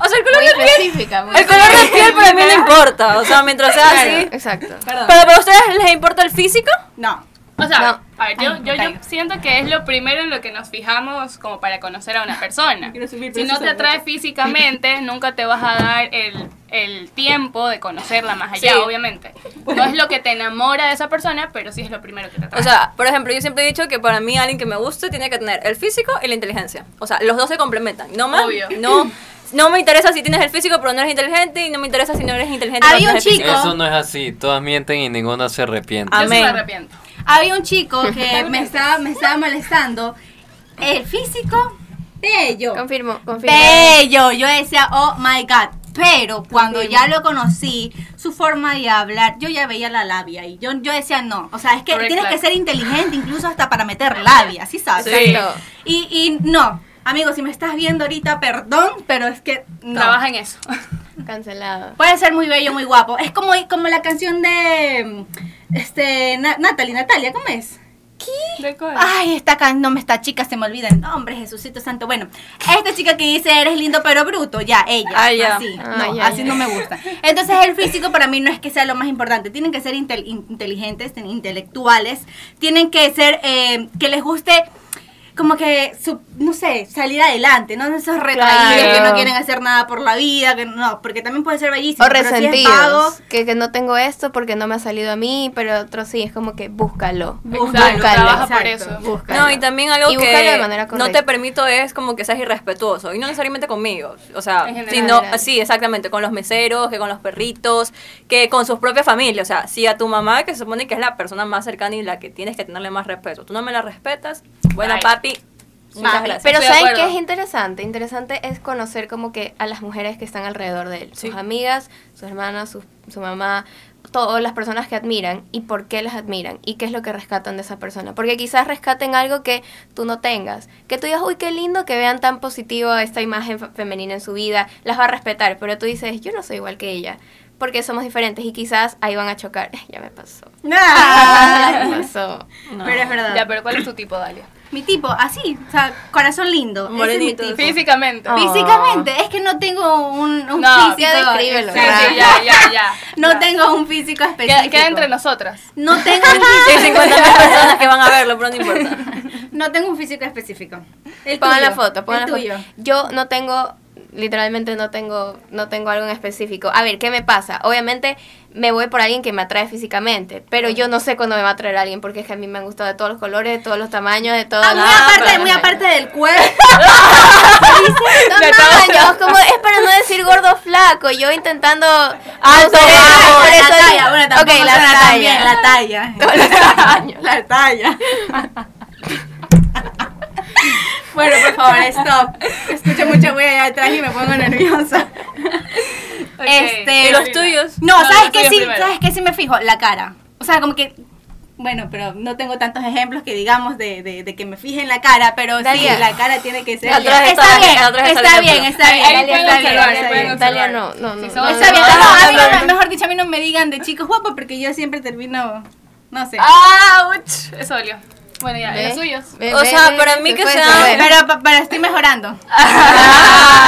B: O sea, el color
C: Muy
B: de piel.
C: específica. Muy
B: El color de piel para mí no importa. O sea, mientras sea así.
C: Claro, Ah, Exacto.
B: Pero para ustedes les importa el físico.
A: No.
D: O sea,
C: No.
D: a ver, yo,
A: Ay, me
D: yo, yo
A: caigo.
D: siento que es lo primero en lo que nos fijamos como para conocer a una persona. Si no te atrae físicamente, nunca te vas a dar el, el tiempo de conocerla más allá,
B: Sí.
D: obviamente. No es lo que te enamora de esa persona, pero sí es lo primero que te atrae.
B: O sea, por ejemplo, yo siempre he dicho que para mí alguien que me guste tiene que tener el físico y la inteligencia. O sea, los dos se complementan. No más.
D: Obvio.
B: No, no me interesa si tienes el físico pero no eres inteligente y no me interesa si no eres inteligente. pero
A: Había un
B: tienes el
A: chico.
E: Eso no es así. Todas mienten y ninguna se arrepiente.
B: Ah.
D: yo sí me
B: amén.
D: arrepiento.
A: Había un chico que me estaba, me estaba molestando. El físico, bello.
C: Confirmo, confirmo.
A: Bello. Yo decía, oh my god. Pero cuando ya lo conocí, su forma de hablar, yo ya veía la labia. Y yo, yo decía, no. O sea, es que
D: Red
A: tienes
D: flag.
A: que ser inteligente incluso hasta para meter labia, ¿sí sabes?
B: Sí.
C: Exacto.
A: Y, y no. Amigo, si me estás viendo ahorita, perdón, pero es que no.
D: Trabaja en eso.
C: Cancelado.
A: Puede ser muy bello, muy guapo. Es como, como la canción de mm, este Na- Natalie, Natalia, ¿cómo es?
D: ¿De cuál?
A: Ay, esta can no me está chica, se me olvida el nombre, Jesucito Santo. Bueno, esta chica que dice eres lindo pero bruto, ya, ella.
B: Ah, ya.
A: Así,
C: Ah,
A: no,
C: ya,
A: así
C: ya.
A: no me gusta. Entonces el físico para mí no es que sea lo más importante. Tienen que ser intel- in- inteligentes, ten- intelectuales, tienen que ser eh, que les guste. como que, su- no sé, salir adelante, no esos retraídos
C: Claro.
A: que no quieren hacer nada por la vida, que no, porque también puede ser bellísimo.
C: O
A: pero si es vago,
C: resentidos, que, que no tengo esto porque no me ha salido a mí, pero otro sí, es como que búscalo.
A: Búscalo,
D: trabaja
A: exacto.
D: por eso.
C: Búscalo.
B: No, y también algo
C: Y búscalo
B: que
C: de manera
B: no
C: correcta.
B: te permito es como que seas irrespetuoso. Y no necesariamente conmigo. O sea,
D: En general.
B: sino así, exactamente, con los meseros, que con los perritos, que con sus propias familias. O sea, si a tu mamá, que se supone que es la persona más cercana y la que tienes que tenerle más respeto, tú no me la respetas, bueno,
D: Bye.
B: papi, muchas
A: Papi,
B: gracias.
C: Pero
D: Estoy de
C: ¿saben qué
D: acuerdo.
C: es interesante? Interesante es conocer como que a las mujeres que están alrededor de él.
B: Sí.
C: Sus amigas, sus hermanas, su, su mamá, todas las personas que admiran y por qué las admiran y qué es lo que rescatan de esa persona. Porque quizás rescaten algo que tú no tengas. Que tú digas, uy, qué lindo que vean tan positivo esta imagen fe- femenina en su vida. Las va a respetar, pero tú dices, yo no soy igual que ella. Porque somos diferentes y quizás ahí van a chocar. Ya me pasó. Ya
A: Nah.
C: me pasó.
B: No.
A: Pero es verdad.
D: Ya, pero ¿cuál es tu tipo, Dalia?
A: Mi tipo, así, o sea, corazón lindo. ese es mi
B: Morenito.
A: tipo.
D: Físicamente.
C: Ah.
A: Físicamente, es que no tengo un, un
D: No,
A: físico.
C: ya descríbelo.
D: Sí,
A: exacto.
D: sí, ya, ya, ya.
A: No
D: Ya.
A: tengo un físico específico.
D: Queda, queda entre nosotras.
A: No tengo un
B: Sí,
A: físico,
B: 50 mil personas que van a verlo, pero no importa.
A: no tengo un físico específico. El
C: Pongan
A: tuyo,
C: la foto, pongan
A: el
C: la
A: tuyo.
C: foto. Yo no tengo, literalmente no tengo, no tengo algo en específico. A ver, ¿qué me pasa? Obviamente me voy por alguien que me atrae físicamente, pero yo no sé cuándo me va a atraer alguien, porque es que a mí me han gustado de todos los colores, de todos los tamaños, de todos
A: Ah,
C: los...
A: muy
B: Ah,
A: aparte,
B: pero
A: muy
B: bueno.
A: aparte del cuerpo.
C: No, tamaños, como es para no decir gordo flaco, yo intentando...
A: Alto,
C: por eso-
A: bajo,
C: por eso-
A: la talla, bueno, tampoco
C: Ok, la
A: suena tan
C: talla.
A: bien, la talla. La talla. bueno, por favor, stop. Escucho mucha bulla allá atrás y me pongo nerviosa.
D: Ok,
A: Este,
B: ¿Y los
D: Carolina.
B: tuyos?
A: No,
D: No,
A: ¿sabes
D: los
A: qué
D: tuyos
A: sí?
D: primero.
A: ¿Sabes qué sí me fijo? La cara. O sea, como que... Bueno, pero no tengo tantos ejemplos que digamos de, de, de que me fije en la cara, pero sí,
C: Dalia.
A: la cara tiene que ser...
B: Atrás está
A: está
B: Dalia,
A: bien,
B: atrás está
A: está
B: Dalia,
A: bien,
B: pero-
A: está bien,
D: Ahí
A: Dalia,
D: pueden
A: está bien,
D: observar,
A: está
D: ahí
A: bien.
D: pueden observar.
C: Dalia no, no, no. no.
D: Si somos-
A: Está bien,
B: Ah,
A: está bien.
B: No,
A: A
B: no,
A: mí no
B: no.
A: me- mejor dicho, a mí no me digan de chicos guapos porque yo siempre termino, no sé.
B: Ah, ¡Auch!
D: Eso dolió. Bueno, ya,
C: Ve,
D: los suyos.
C: ve,
B: O
C: ve,
B: sea,
C: ve,
B: para
C: se
B: mí que
C: fue, se
B: sea-
C: fue.
A: Pero, pa- pero estoy mejorando.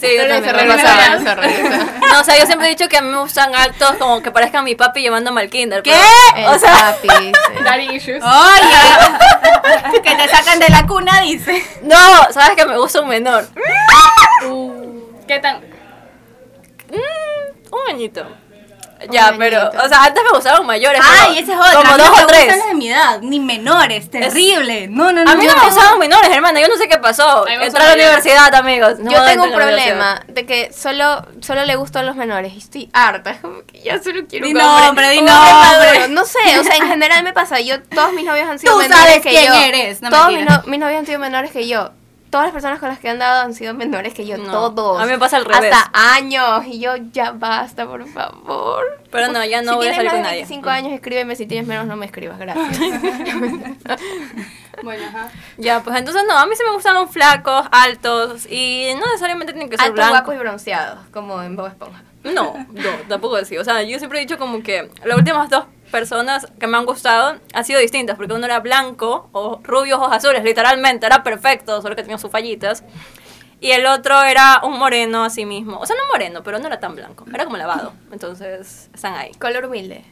B: Sí, yo
C: Pero
B: también.
C: se regresó, se regresó.
B: No, o sea, yo siempre he dicho que a mí me gustan actos como que parezcan mi papi llevándome al kinder.
A: ¿Qué?
B: pero-
C: El
B: o sea,
C: papi, sí.
D: Daddy issues.
B: Ah.
A: Oye, que te sacan de la cuna, dice.
B: no, sabes que me gusta un menor.
D: ¿Qué tan?
B: Mm, un añito. Ya,
C: Un
B: pero,
C: añito.
B: o sea, antes me gustaban mayores.
A: Ay,
B: pero
A: ese es otro.
B: Como
A: a mí
B: dos
A: no
B: o
A: me
B: tres.
A: gustan los de mi edad, ni menores, terrible. No, no, no.
B: A mí no me
A: no.
B: gustaban menores, hermana. Yo no sé qué pasó.
D: A mí me
B: Entré a la
D: gustan mayores.
B: universidad, amigos. No,
C: yo tengo
B: entré
C: un
B: a la universidad.
C: problema de que solo, solo le gusto a los menores y estoy harta. Es como que ya solo quiero
A: Di
C: un
A: nombre, di
C: un hombre
A: nombre.
C: maduro. No sé, o sea, en general me pasa. Yo, todos mis novios han sido
A: Tú
C: menores
A: sabes
C: que
A: quién
C: yo.
A: eres, no
C: todos mis,
A: mentira.
C: no- mis novios han sido menores que yo. Todas las personas con las que he andado han sido menores que yo,
B: No,
C: todos.
B: a mí me pasa al revés.
C: Hasta años. Y yo, ya basta, por favor.
B: Pero no, ya no
C: si
B: voy a
C: tienes
B: salir
C: más
B: con
C: de
B: nadie.
C: 25 años, escríbeme. Si tienes menos, no me escribas. Gracias.
D: Bueno, ajá.
B: Ya, pues entonces no, a mí sí me gustaban flacos, altos y no necesariamente tienen que ser
C: Altos,
B: blancos.
C: guapos y bronceados, como en Bob Esponja.
B: No, no, tampoco así. O sea, yo siempre he dicho como que las últimas dos personas que me han gustado han sido distintas, porque uno era blanco o rubio ojos azules, literalmente, era perfecto, solo que tenía sus fallitas. Y el otro era un moreno a sí mismo. O sea, no moreno, pero no era tan blanco. Era como lavado. Entonces, están ahí.
C: Color humilde,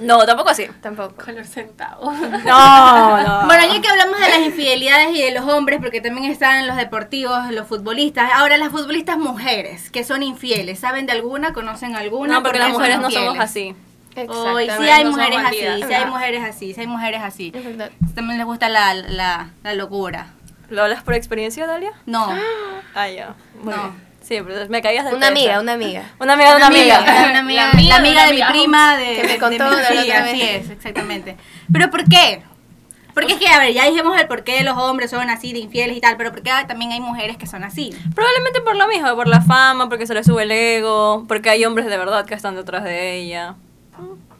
B: No, tampoco así.
C: tampoco.
D: Color centavo.
B: No, no.
A: Bueno, ya que hablamos de las infidelidades y de los hombres, porque también están los deportivos, los futbolistas. Ahora, las futbolistas mujeres que son infieles, ¿saben de alguna? ¿Conocen alguna?
B: no, porque las
A: son
B: mujeres no
A: infieles.
B: somos así.
A: Hoy sí
C: Exactamente.
A: hay
D: no somos
A: mujeres así,
D: bandidas.
A: sí hay
C: No.
A: mujeres así, sí hay mujeres así.
C: Es verdad.
A: También les gusta la, la, la locura.
B: ¿Lo hablas por experiencia, Dalia?
A: No.
B: Ah, ya. Muy
A: No.
B: bien. Sí, pero me caías del
C: Una
B: pedestal.
C: amiga, una amiga.
B: Una amiga de una amiga.
A: Una amiga,
D: La
A: la amiga,
D: amiga de
A: de mi
D: una amiga.
A: prima, de,
C: Que me
A: de- de
C: contó
A: mi
C: de la
A: sí,
C: otra
A: así
C: vez.
A: es, exactamente. Pero ¿por qué? Porque es que, a ver, ya dijimos el por qué los hombres son así de infieles y tal, pero ¿por qué también hay mujeres que son así?
B: Probablemente por lo mismo, por la fama, porque se le sube el ego, porque hay hombres de verdad que están detrás de ella.
D: Ah.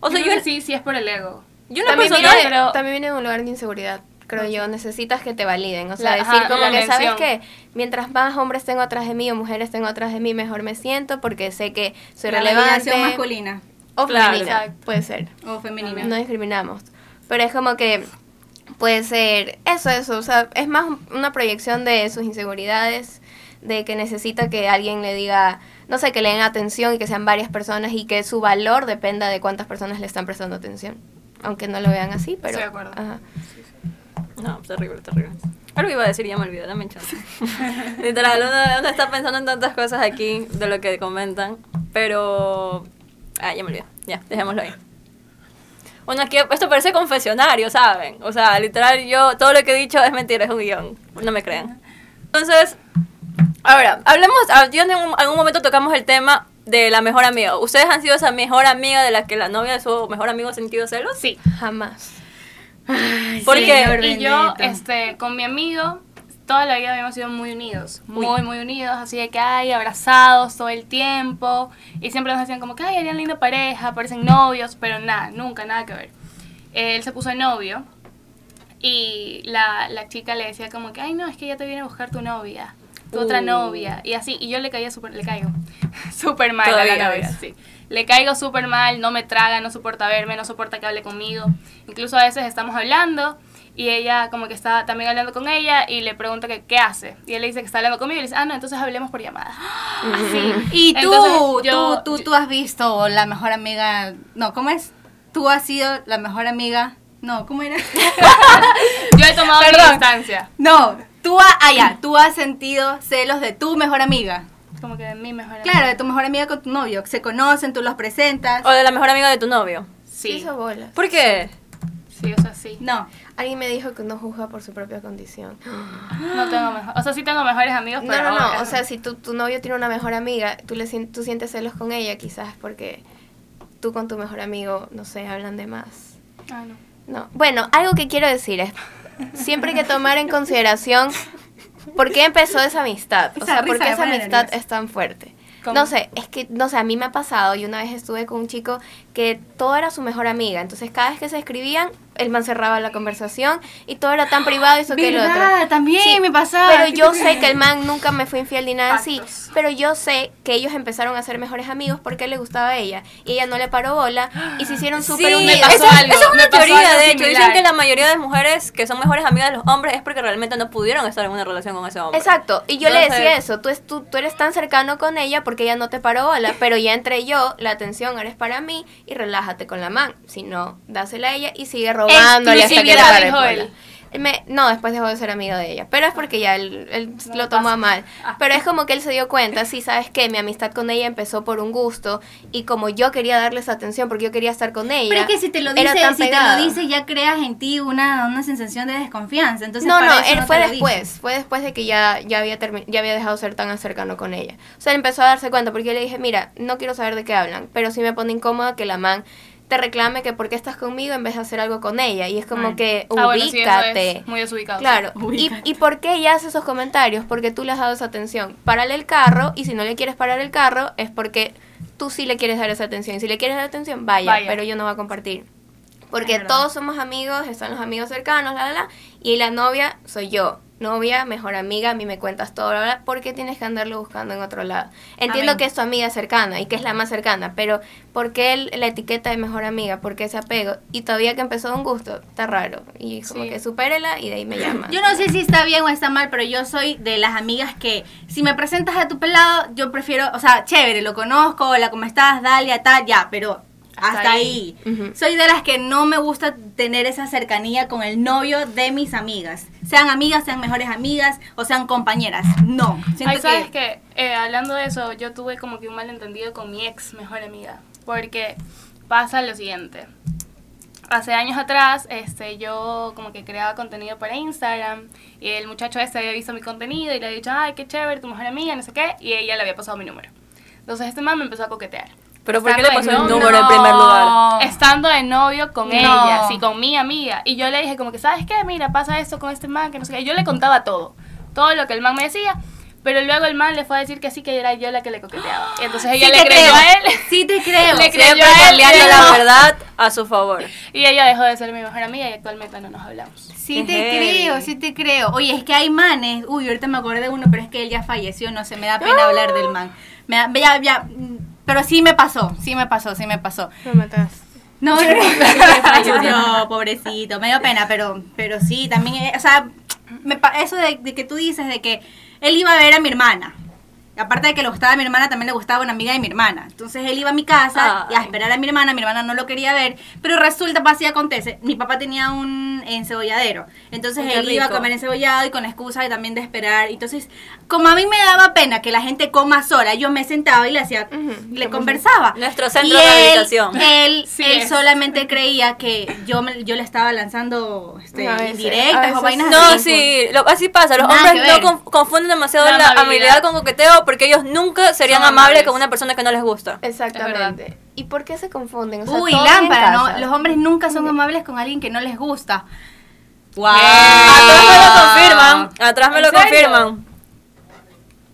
B: O sea, yo,
D: creo que sí, sí es por el ego.
B: yo una
C: También
B: persona...
C: viene,
D: pero-
C: también viene de un lugar de inseguridad, creo yo. Necesitas que te validen. O sea,
D: La-
C: decir
D: ajá,
C: como
D: la
C: que, ¿sabes
D: mención.
C: qué? Mientras más hombres tengo atrás de mí o mujeres tengo atrás de mí, mejor me siento porque sé que soy
A: la
C: relevante.
A: validación masculina
C: O
B: Claro.
C: femenina,
D: Exacto.
C: puede ser.
A: o femenina.
C: No discriminamos. Pero es como que puede ser eso, eso. O sea, es más una proyección de sus inseguridades, de que necesita que alguien le diga, no sé, que le den atención y que sean varias personas y que su valor dependa de cuántas personas le están prestando atención. Aunque no lo vean así, pero...
D: Estoy de acuerdo.
C: ajá.
B: No, pues, terrible, terrible. Algo iba a decir, ya me olvidé, dame chance. Literal, uno, uno está pensando en tantas cosas aquí de lo que comentan, pero... Ah, ya me olvidé. Ya, dejémoslo ahí. Bueno, aquí esto parece confesionario, ¿saben? O sea, literal, yo todo lo que he dicho es mentira, es un guión. No me crean. Entonces, ahora, hablemos, ah, yo en un- algún momento tocamos el tema de la mejor amiga. ¿Ustedes han sido esa mejor amiga de la que la novia de su mejor amigo ha sentido celos?
D: Sí.
C: Jamás.
B: Porque...
A: señor.
D: Y yo,
A: Bendito.
D: este, con mi amigo, toda la vida habíamos sido muy unidos, muy, muy unidos, así de que, ay, abrazados todo el tiempo, y siempre nos decían como que, ay, harían linda pareja, parecen novios, pero nada, nunca, nada que ver. Él se puso de novio, y la, la chica le decía como que, ay, no, es que ya te viene a buscar tu novia, tu otra
C: Uh.
D: novia, y así, y yo le caía súper, le caigo súper mal a
B: Todavía
D: la novia,
B: ves.
D: sí. Le caigo súper mal, no me traga, no soporta verme, no soporta que hable conmigo. Incluso a veces estamos hablando y ella como que está también hablando con ella y le pregunta que qué hace. Y él le dice que está hablando conmigo y le dice, ah, no, entonces hablemos por llamada. Así.
A: Y tú,
D: Entonces, yo-
A: tú, tú, tú has visto la mejor amiga. No, ¿cómo es? Tú has sido la mejor amiga. No, ¿cómo era?
D: Yo he tomado mi
A: Perdón.
D: distancia.
A: no, tú, ha, ah, ya, tú has sentido celos de tu mejor amiga.
D: Como que mi mejor amiga.
A: Claro, de tu mejor amiga con tu novio. que Se conocen, tú los presentas.
B: O de la mejor amiga de tu novio.
C: Sí.
D: Sí,
C: Hizo bolas.
B: ¿Por qué?
D: sí, o sea, sí.
A: No.
C: Alguien me dijo que uno juzga por su propia condición.
D: No tengo mejor. O sea, sí tengo mejores amigos,
C: No,
D: pero...
C: no, no.
D: ahora-
C: O sea, si tu, tu novio tiene una mejor amiga, tú, le, sien- tú sientes celos con ella quizás porque tú con tu mejor amigo, no sé, hablan de más.
D: Ah, no.
C: No. Bueno, algo que quiero decir es, siempre hay que tomar en consideración por qué empezó esa amistad. O
A: Esa
C: sea, por
A: risa
C: qué
A: me
C: esa
A: pone
C: amistad
A: nerviosa.
C: es tan fuerte.
D: ¿Cómo?
C: No sé, es que, no sé, a mí me ha pasado y una vez estuve con un chico que todo era su mejor amiga. Entonces, cada vez que se escribían, el man cerraba la conversación y todo era tan privado y eso que el otro.
A: ¿Verdad? Ah, También me pasaba.
C: Pero yo sé que el man nunca me fue infiel ni nada así.
D: Pactos.
C: Pero yo sé que ellos empezaron a ser mejores amigos porque le gustaba a ella. Y ella no le paró bola y se hicieron súper
B: Sí,
C: unidos.
B: esa,
D: pasó
B: esa
D: algo,
B: es una
D: me pasó
B: teoría,
D: algo
B: de hecho. Dicen
D: similar.
B: que la mayoría de mujeres que son mejores amigas de los hombres es porque realmente no pudieron estar en una relación con ese hombre.
C: Exacto, y yo le
B: Entonces-
C: decía eso, tú, es, tú, tú eres tan cercano con ella porque ella no te paró bola, pero ya entre yo, la atención eres para mí y relájate con la man, si no, dásela a ella y sigue robándole hasta que le
D: Exclusividad,
C: pare
D: dijo
C: bola.
D: él.
C: Él me- no, después dejó de ser amigo de ella, pero es porque ya él, él
D: No
C: lo
D: le
C: tomó
D: pasa.
C: a mal,
D: Ah.
C: pero es como que él se dio cuenta, sí, sabes que mi amistad con ella empezó por un gusto y como yo quería darles atención porque yo quería estar con ella.
A: Pero es que si te lo
C: era
A: dice,
C: tan
A: si te
C: pegado.
A: lo dice, ya creas en ti una, una sensación de desconfianza. Entonces,
C: no,
A: para
C: no,
A: eso
C: él
A: te
C: fue
A: lo dice.
C: después, fue después de que ya, ya, había termi- ya había dejado ser tan cercano con ella. O sea, él empezó a darse cuenta porque yo le dije, mira, no quiero saber de qué hablan, pero sí me pone incómoda que la man te reclame que por qué estás conmigo en vez de hacer algo con ella. Y es como
A: Ay.
C: que ubícate.
D: Ah, bueno, sí, eso es muy desubicado.
C: Claro. ¿Y,
A: Ubícate.
C: ¿Y por qué ella hace esos comentarios? Porque tú le has dado esa atención. Párale el carro y si no le quieres parar el carro es porque tú sí le quieres dar esa atención. Y si le quieres dar atención, vaya,
D: Vaya.
C: pero yo no voy a compartir.
D: Es
C: Porque
D: verdad.
C: todos somos amigos, están los amigos cercanos, la, la, la. Y la novia soy yo. Novia, mejor amiga, a mí me cuentas todo, la, la, la. ¿Por qué tienes que andarlo buscando en otro lado? Entiendo
D: Amén.
C: que es tu amiga cercana y que es la más cercana, pero ¿por qué el- la etiqueta de mejor amiga? ¿Por qué ese apego? Y todavía que empezó un gusto, está raro. Y como
D: Sí.
C: que supérela y de ahí me llama.
A: Yo no sé si está bien o está mal, pero yo soy de las amigas que si me presentas a tu pelado, yo prefiero, o sea, chévere, lo conozco, hola, ¿cómo estás? Dalia, tal, ya, pero hasta,
D: Hasta
A: ahí.
D: ahí.
C: Ujú.
A: Soy de las que no me gusta tener esa cercanía con el novio de mis amigas. Sean amigas, sean mejores amigas o sean compañeras. No. Siento
D: Ay, ¿sabes
A: que-
D: qué? Eh, hablando de eso, yo tuve como que un malentendido con mi ex mejor amiga. Porque pasa lo siguiente. Hace años atrás, este, yo como que creaba contenido para Instagram y el muchacho este había visto mi contenido y le había dicho, ay, qué chévere, tu mejor amiga, no sé qué, y ella le había pasado mi número. Entonces este man me empezó a coquetear.
B: Pero ¿por qué le
D: Estando
B: pasó
D: de
B: el
D: novio-
B: número en primer lugar?
A: No.
D: Estando de novio con
A: No.
D: ella, sí, con mi amiga. Y yo le dije como que, ¿sabes qué? Mira, pasa esto con este man, que no sé qué. Y Yo le contaba todo, todo lo que el man me decía. Pero luego el man le fue a decir que sí, que era yo la que le coqueteaba. Y entonces ella
A: Sí
D: le
A: te
D: creyó
A: creo.
D: a él.
A: Sí te creo.
D: Le creyó
B: Siempre
D: a él.
B: cambiando
D: creo.
B: la verdad a su favor.
D: Y ella dejó de ser mi mejor amiga y actualmente no nos hablamos.
A: Sí
B: Qué
A: te
B: heavy.
A: creo, sí te creo. Oye, es que hay manes. Uy, ahorita me acordé de uno, pero es que él ya falleció, no sé, me da pena hablar del man. Me da- ya, ya, mm, pero sí me pasó, sí me pasó, sí me pasó.
C: Lo mataste.
A: No, no, falleció, pobrecito, me dio pena, pero, pero sí, también, eh, o sea, me pa- eso de, de que tú dices de que él iba a ver a mi hermana. Y Aparte de que le gustaba a mi hermana, también le gustaba una amiga de mi hermana. Entonces él iba a mi casa y a
B: Ay.
A: esperar a mi hermana, mi hermana no lo quería ver, pero resulta, pasa y acontece, mi papá tenía un en Cebolladero. Entonces
B: Uy, qué
A: él iba a
B: rico.
A: comer encebollado y con la excusa de también de esperar. Entonces, como a mí me daba pena que la gente coma sola, yo me sentaba y le hacía,
C: Ujú,
A: le
C: qué
A: conversaba.
B: Nuestro centro
A: Y
B: de
A: él-
B: rehabilitación.
A: Él,
D: Sí
A: él
D: es.
A: solamente creía que yo, me- yo le estaba lanzando este,
C: A veces, a
A: indirectas
C: veces
A: o vainas
B: No,
A: así.
B: sí, lo- así pasa. Los
A: Nada
B: hombres
A: que
B: no
A: ver.
B: conf- confunden demasiado la
D: La
B: amabilidad.
D: amabilidad.
B: con coqueteo porque ellos nunca serían
D: Son
B: amables
D: amables.
B: con una persona que no les gusta.
C: Exactamente. ¿Y por qué se confunden? O sea,
A: Uy,
C: todo bien
A: lámpara, ¿no?
C: casa.
A: Los hombres nunca son amables con alguien que no les gusta. ¡Wow!
B: Atrás me lo confirman. Atrás me
D: ¿En
B: lo
D: serio?
B: confirman.
D: Oh,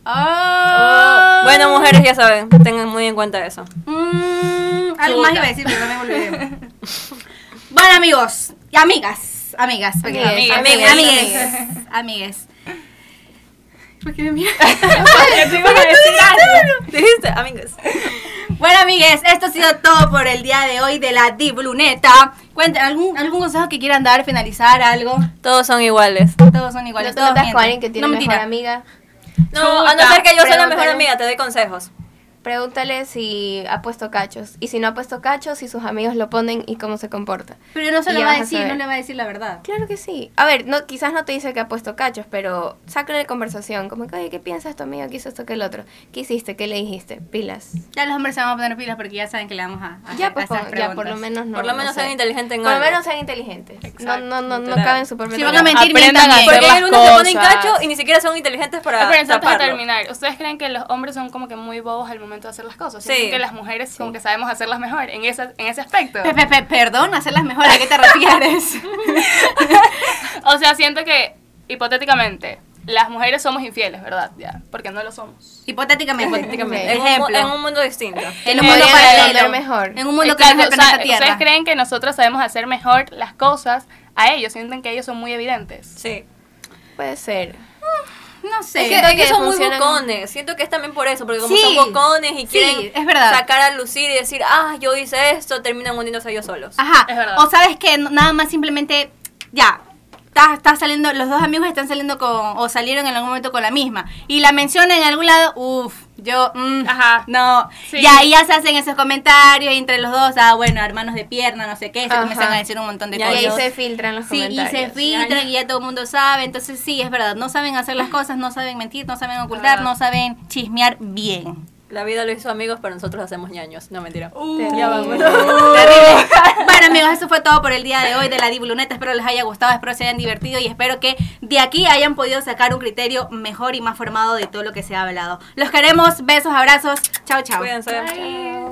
A: Ah.
B: Bueno, mujeres, ya saben, tengan muy en cuenta eso.
A: Mm, algo más
D: Chuta.
A: iba a decir, pero no me olvidé. bueno, amigos y amigas. Amigas.
C: Amigues,
A: Amigues.
B: amigues,
A: Amigues. Amigues. amigues. ¿Por qué me miras?
B: Dijiste, amigos.
A: Bueno, amigues, esto ha sido todo por el día de hoy de la Dibluneta. Cuenten, ¿algún, ¿algún consejo que quieran dar, finalizar algo?
B: Todos son iguales.
A: Todos son
C: No
A: iguales.
C: te
A: todos
C: metas
A: mienten.
C: con alguien que tiene
A: no,
C: mejor
A: mentira.
C: amiga.
B: No, a no
D: Chuta,
B: ser que yo sea la mejor
C: pregúntale.
B: amiga, te doy consejos.
C: Pregúntale si ha puesto cachos. Y si no ha puesto cachos, si sus amigos lo ponen y cómo se comporta.
A: Pero no se
C: Y
A: lo
C: ya
A: va a
C: vas a
A: decir, no
C: saber.
A: le va a decir la verdad.
C: Claro que sí. A ver, no, quizás no te dice que ha puesto cachos, pero sácale de conversación. Como que, oye, ¿qué piensas tu amigo que hizo esto que el otro? ¿Qué hiciste? ¿Qué le dijiste? Pilas.
A: Ya los hombres se van a poner pilas porque ya saben que le vamos a, a
C: Ya,
A: hacer
C: pues,
A: esas
C: pon- ya, por lo
A: preguntas.
C: menos no.
B: Por lo
C: no
B: menos
C: sé.
B: sean inteligentes en
C: Por lo
B: algo.
C: menos sean inteligentes. No, no, no, no
B: literal.
C: caben su
A: Si van a mentir,
G: Aprendan
A: mientan
G: a
A: bien.
G: hacer
B: Porque hay
G: las
B: algunos que ponen
G: cosas.
B: cachos y ni siquiera son inteligentes para
D: Ah, pero antes de
B: taparlo.
D: terminar, ¿ustedes creen que los hombres son como que muy bobos al momento de hacer las cosas?
B: Sí.
D: Sí. que las mujeres como que sabemos hacerlas mejor en, esa, en ese aspecto.
A: Pe- pe- pe- perdón, hacer las mejores, ¿a qué te refieres?
D: O sea, siento que, hipotéticamente, las mujeres somos infieles, ¿verdad? Ya, porque no lo somos.
A: Hipotéticamente.
C: Hipotéticamente.
B: En un mu-
A: Ejemplo.
B: En un mundo distinto.
A: En
C: un mundo paralelo. mejor.
A: En un mundo que
D: Exacto,
A: no es el
D: o
A: planeta
D: sea,
A: Tierra.
D: ¿Ustedes creen que nosotros sabemos hacer mejor las cosas a ellos? Sienten que ellos son muy evidentes.
B: Sí.
C: Ah, Puede ser.
A: No sé.
B: Es que
C: Creo
B: ellos
C: que
B: son muy
C: funcionan-
B: bocones. Siento que es también por eso, porque como
A: Sí.
B: son bocones y
A: Sí,
B: quieren
A: es verdad.
B: sacar a lucir y decir, ah, yo hice esto, terminan hundiéndose ellos solos.
A: Ajá.
D: Es verdad.
A: O sabes que no- nada más simplemente ya. Está, está saliendo, los dos amigos están saliendo con, o salieron en algún momento con la misma. Y la menciona en algún lado, uff, yo, mm,
D: Ajá.
A: no.
D: Sí.
A: Y ahí ya se hacen esos comentarios y entre los dos, ah, bueno, hermanos de pierna, no sé qué, se
C: Ajá.
A: comienzan a decir un montón de
C: Y
B: Ya,
A: cosas.
C: ahí
B: ellos-
C: se filtran los
A: Sí, y
C: comentarios.
A: se filtran y ya todo el mundo sabe. Entonces, sí, es verdad. No saben hacer las cosas, no saben mentir, no saben ocultar, no saben chismear bien.
B: La vida lo hizo amigos, pero nosotros hacemos ñaños. No, mentira.
C: Terrible.
B: Ya vamos.
A: Terrible. Bueno, amigos, eso fue todo por el día de hoy de la Dibuluneta. Espero les haya gustado, espero se hayan divertido y espero que de aquí hayan podido sacar un criterio mejor y más formado de todo lo que se ha hablado. Los queremos, besos, abrazos. Chao, chao.
B: Cuídense.
D: Ay.